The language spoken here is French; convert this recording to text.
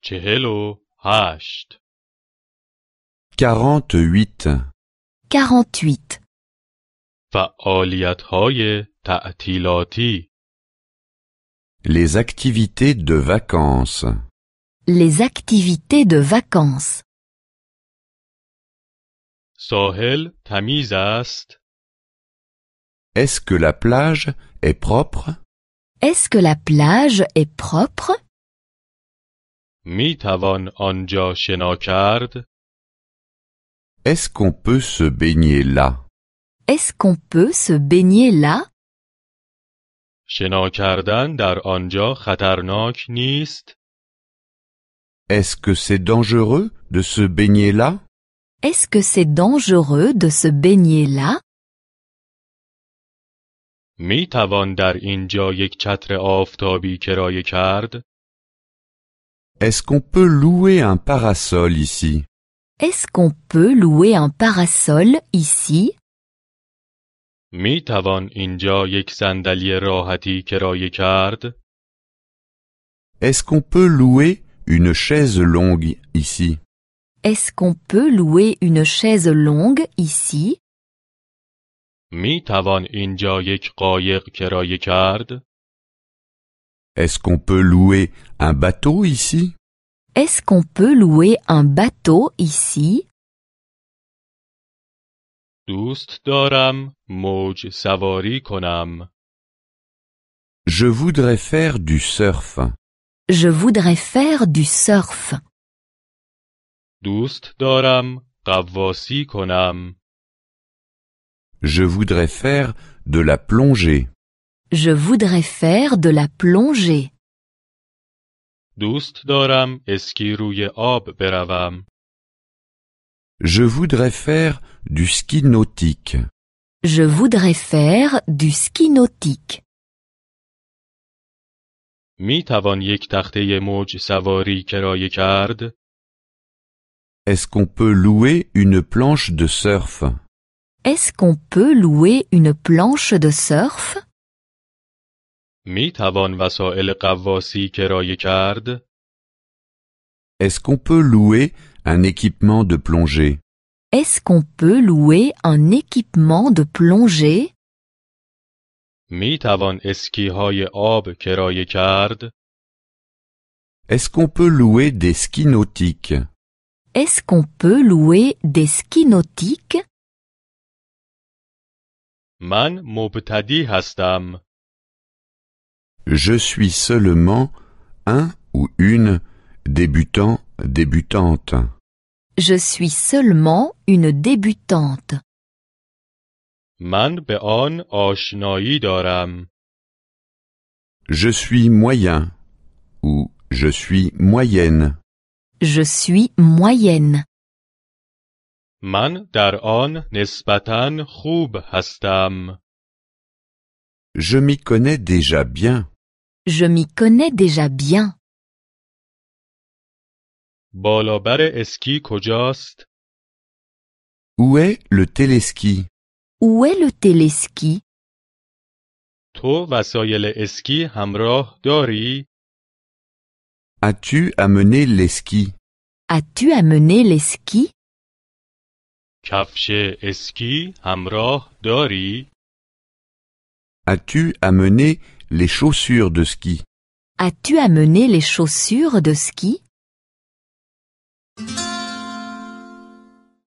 چهل و هشت quarante-huit, 48. فعالیت های تعطیلاتی les activités de vacances, Les activités de vacances. ساحل تمیز است est-ce que la plage est propre Est-ce que la plage est propre می توان آنجا شنا کرد Est-ce qu'on peut se baigner là Est-ce qu'on peut se baigner là شنا کردن در آنجا خطرناک نیست Est-ce que c'est dangereux de se baigner là Est-ce que c'est dangereux de se baigner là می توان در اینجا یک چتر آفتابی کرایه کرد Est-ce qu'on peut louer un parasol ici Est-ce qu'on peut louer un parasol ici می توان اینجا یک صندلی راحتی کرایه کرد Est-ce qu'on peut louer une chaise longue ici Est-ce qu'on peut louer une chaise longue ici می توان اینجا یک قایق کرایه کرد Est-ce qu'on peut louer un bateau ici Est-ce qu'on peut louer un bateau ici دوست دارم موج سواری کنم Je voudrais faire du surf. Je voudrais faire du surf. دوست دارم قواسی کنم Je voudrais faire de la plongée. Je voudrais faire de la plongée. دوست دارم اسکی روی آب بروم Je voudrais faire du ski nautique. Je voudrais faire du ski nautique. می توان یک تخته موج سواری کرایه کرد Est-ce qu'on peut louer une planche de surf Est-ce qu'on peut louer une planche de surf می توان وسایل قواسی کرایه کرد Est-ce qu'on peut louer un équipement de plongée Est-ce qu'on peut louer un équipement de plongée می توان اسکی های آب کرایه کرد Est-ce qu'on peut louer des skis nautiques Est-ce qu'on peut louer des skis nautiques من مبتدی هستم Je suis seulement un ou une débutant débutante. Je suis seulement une débutante. من به آن آشنایی دارم Je suis moyen ou je suis moyenne. Je suis moyenne. من در آن نسبتا خوب هستم Je m'y connais déjà bien. Je m'y connais déjà bien. بالابر اسکی کجاست Où est le téléski Où est le téléski تو وسایل اسکی همراه داری As-tu amené les skis As-tu amené les skis کفش اسکی همراه داری As-tu amené les chaussures de ski As-tu amené les chaussures de ski